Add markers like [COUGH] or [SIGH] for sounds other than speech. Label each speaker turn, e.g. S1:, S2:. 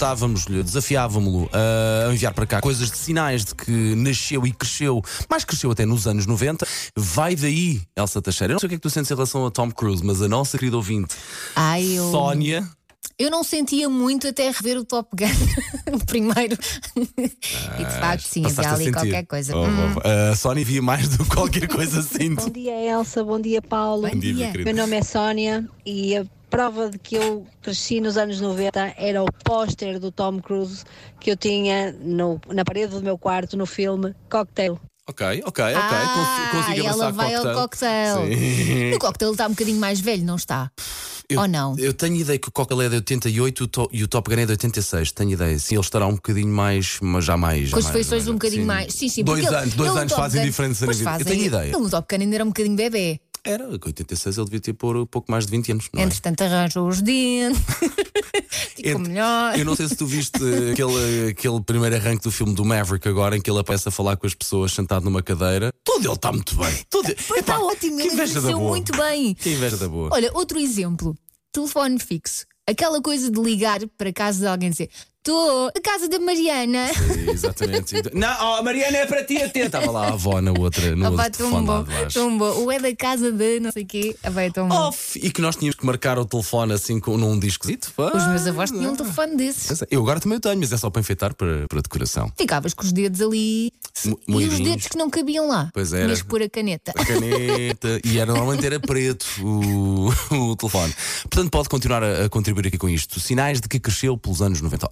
S1: perguntávamos-lhe, desafiávamos-lo ah, a enviar para cá coisas de sinais de que nasceu e cresceu, mas cresceu até nos anos 90. Vai daí, Elsa Teixeira. Eu não sei o que é que tu sentes em relação a Tom Cruise, mas a nossa querida ouvinte,
S2: Ai, eu,
S1: Sónia.
S2: eu não sentia muito até rever o Top Gun, [LAUGHS] o primeiro. e de facto, sim,
S1: passaste
S2: havia
S1: a
S2: ali
S1: sentir.
S2: qualquer coisa. Hum.
S1: Oh, oh, oh. A Sónia via mais do que qualquer
S2: [LAUGHS]
S1: coisa assim.
S3: Bom dia, Elsa. Bom dia, Paulo.
S2: Bom dia,
S1: meu
S3: Meu nome é Sónia e a prova de que eu cresci nos anos 90 era o póster do Tom Cruise que eu tinha no- na parede do meu quarto no filme Cocktail.
S1: Ok, ok, ok.
S2: Ah,
S1: Consi- consigo
S2: e ela
S1: abraçar
S2: vai ao cocktail.
S1: Sim.
S2: O cocktail está um bocadinho mais velho, não está? Ou não?
S1: Eu tenho ideia que o Cocktail é de 88 o to- e o Top Gun é de 86. Tenho ideia. Sim, ele estará um bocadinho mais, mas já mais. já
S2: Com as
S1: mais,
S2: feições
S1: já
S2: um
S1: mais.
S2: bocadinho
S1: é, Sim.
S2: mais. Sim, sim,
S1: Dois
S2: porque ele-
S1: anos, dois
S2: ele no
S1: anos
S2: Top
S1: fazem
S2: Gun-
S1: diferença na
S2: pois
S1: vida. Eu
S2: fazem.
S1: tenho ideia.
S2: Ele no Top Gun ainda era um bocadinho bebê.
S1: Era, com 86 ele devia ter por pouco mais de 20 anos. Não é?
S2: Entretanto, arranjou
S1: [LAUGHS]
S2: os dentes. Ficou
S1: Entre-
S2: melhor.
S1: Eu não sei se tu viste
S2: [LAUGHS]
S1: eh, aquele, aquele primeiro arranque do filme do Maverick agora em que ele aparece a falar com as pessoas sentado numa cadeira. Todo ele está muito bem. Todo...
S2: Pois está ótimo,
S1: que
S2: ele
S1: inveja da
S2: envelheceu
S1: boa.
S2: muito bem.
S1: Que inveja da boa.
S2: Olha, outro exemplo: telefone fixo. Aquela coisa de ligar para casa de alguém e dizer: Estou a casa da Mariana.
S1: Exatamente. Não, oh, Mariana é para ti, atenta. Estava lá a avó na outra, no
S2: Opa,
S1: outro
S2: tão
S1: telefone lá
S2: bom,
S1: de baixo.
S2: tão bom. Ou é da casa de não sei o quê. Ah, vai, tão bom.
S1: Off! E que nós tínhamos que marcar o telefone assim com, num discozito.
S2: Os meus avós tinham um telefone desses.
S1: Eu agora também o tenho, mas é só para enfeitar para, para decoração.
S2: Ficavas com os dedos ali
S1: Mo-
S2: e os
S1: moidinhos.
S2: dedos que não cabiam lá.
S1: Pois era.
S2: Mas por a caneta. [LAUGHS]
S1: Caneta, e era normalmente era preto o, o telefone. Portanto, pode continuar a, a contribuir aqui com isto. Sinais de que cresceu pelos anos 90.